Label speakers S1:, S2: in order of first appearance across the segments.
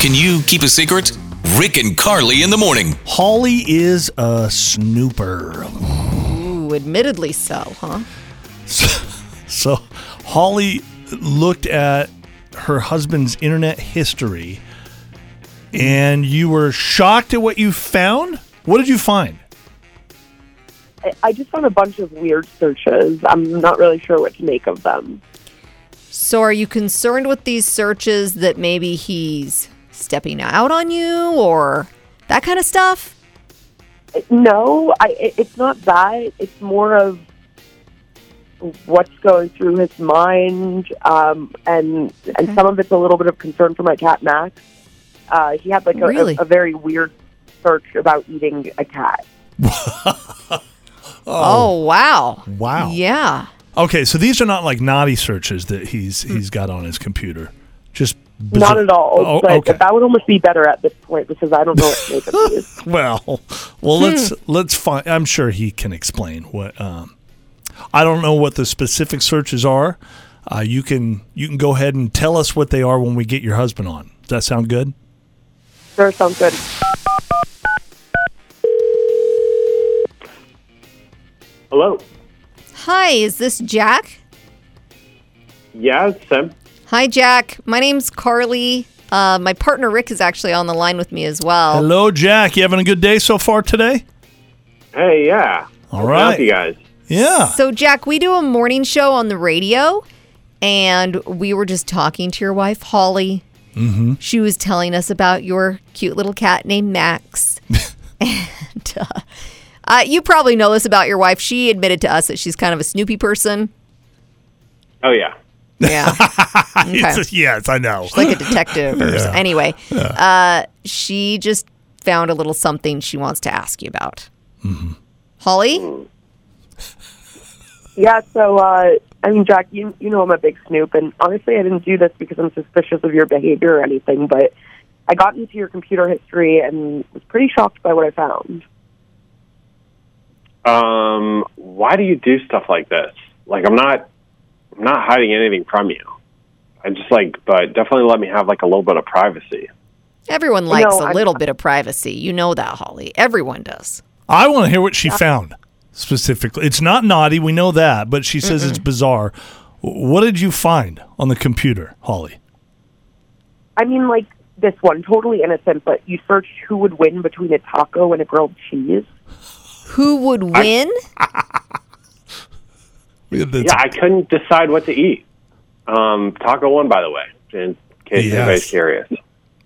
S1: Can you keep a secret? Rick and Carly in the morning.
S2: Holly is a snooper.
S3: Ooh, admittedly so, huh?
S2: So Holly looked at her husband's internet history and you were shocked at what you found? What did you find?
S4: I- I just found a bunch of weird searches. I'm not really sure what to make of them.
S3: So, are you concerned with these searches that maybe he's stepping out on you or that kind of stuff?
S4: No, I, it- it's not that. It's more of what's going through his mind, um, and and some of it's a little bit of concern for my cat Max. Uh, he had like a,
S3: Really?
S4: a, a very weird search about eating a cat.
S3: Oh, wow.
S2: Wow.
S3: Yeah.
S2: Okay, so these are not like naughty searches that he's he's got on his computer. Just
S4: Not
S2: bizar-
S4: at all.
S2: Oh,
S4: but
S2: okay.
S4: that would almost be better at this point because I don't know what to make of these.
S2: Well, well, let's let's find. I'm sure he can explain what. Um, I don't know what the specific searches are. Uh, you can you can go ahead and tell us what they are when we get your husband on. Does that sound good?
S4: Sure, sounds good.
S5: Hello.
S3: Hi, is this Jack?
S5: Yeah, it's Sam.
S3: Hi, Jack. My name's Carly. Uh, my partner Rick is actually on the line with me as well.
S2: Hello, Jack. You having a good day so far today?
S5: Hey, yeah.
S2: All
S5: What's up,
S2: right.
S5: you guys.
S2: Yeah.
S3: So, Jack, we do a morning show on the radio, and we were just talking to your wife, Holly. Mm-hmm. She was telling us about your cute little cat named Max. and uh, uh, you probably know this about your wife. She admitted to us that she's kind of a Snoopy person.
S5: Oh, yeah.
S3: Yeah. okay.
S2: yes, I know.
S3: like a detective or something. Anyway, uh, she just found a little something she wants to ask you about.
S2: Mm-hmm.
S3: Holly?
S4: Yeah, so uh, I mean, Jack, you you know I'm a big snoop, and honestly, I didn't do this because I'm suspicious of your behavior or anything. But I got into your computer history and was pretty shocked by what I found.
S5: Um, why do you do stuff like this? Like, I'm not, I'm not hiding anything from you. I just like, but definitely let me have like a little bit of privacy.
S3: Everyone likes a
S4: I'm-
S3: little bit of privacy. You know that, Holly. Everyone does.
S2: I want to hear what she found specifically. It's not naughty. We know that, but she says it's bizarre. W- What did you find on the computer, Holly?
S4: I mean, like this one, totally innocent, but you searched who would win between a taco and a grilled cheese.
S3: Who would win?
S5: Yeah, I couldn't decide what to eat. Um, taco one, by the way, in case
S2: Yes.
S5: anybody's curious.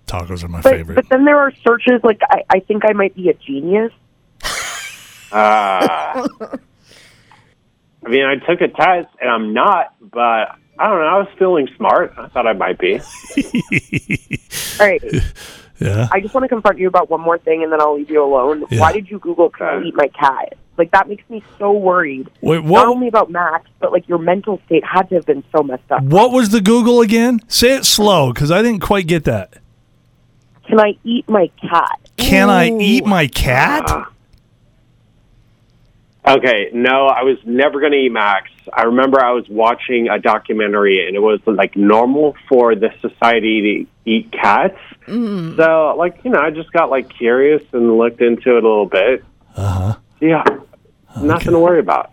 S2: Tacos are my
S4: But
S2: favorite.
S4: but then there are searches like I, I think I might be a genius.
S5: Uh, I mean, I took a test and I'm not, but I don't know. I was feeling smart. I thought I might be.
S4: All right,
S2: yeah.
S4: I just want to confront you about one more thing, and then I'll leave you alone.
S2: Yeah.
S4: Why did you Google "can you eat my cat"? Like that makes me so worried.
S2: Wait,
S4: not
S2: what?
S4: only about Max, but like your mental state had to have been so messed up.
S2: What was the Google again? Say it slow because I didn't quite get that.
S4: Can I eat my cat?
S2: Can I eat my cat?
S5: Okay, no, I was never going to eat Max. I remember I was watching a documentary and it was like normal for the society to eat cats. So, like, you know, I just got like curious and looked into it a little bit. Uh-huh. Yeah. Nothing to worry about.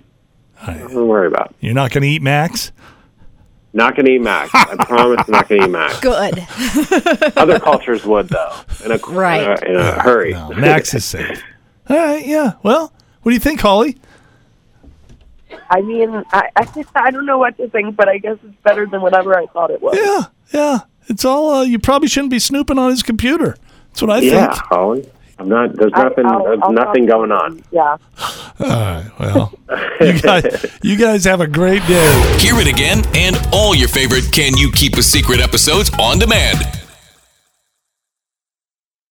S5: Nothing to worry about.
S2: You're not going to eat Max?
S5: Not going to eat Max. I promise I'm not going to eat Max.
S3: Good.
S5: Other cultures would, though, in a,
S3: Right.
S5: in a, in a hurry.
S2: No, Max is safe. All right, yeah. Well, what do you think, Holly?
S4: I mean, I, I, I don't know what to think, but I guess it's better than whatever I thought it was.
S2: Yeah, yeah. It's all, uh, you probably shouldn't be snooping on his computer. That's what I
S5: yeah,
S2: think.
S5: Holly. I'm not, there's
S4: I-
S5: nothing,
S4: I'll-
S5: there's
S4: I'll
S5: nothing
S4: talk
S5: going
S4: to
S5: on.
S4: him. Yeah.
S2: All right, well, you guys, you guys have a great day.
S1: Hear it again and all your favorite Can You Keep a Secret episodes on demand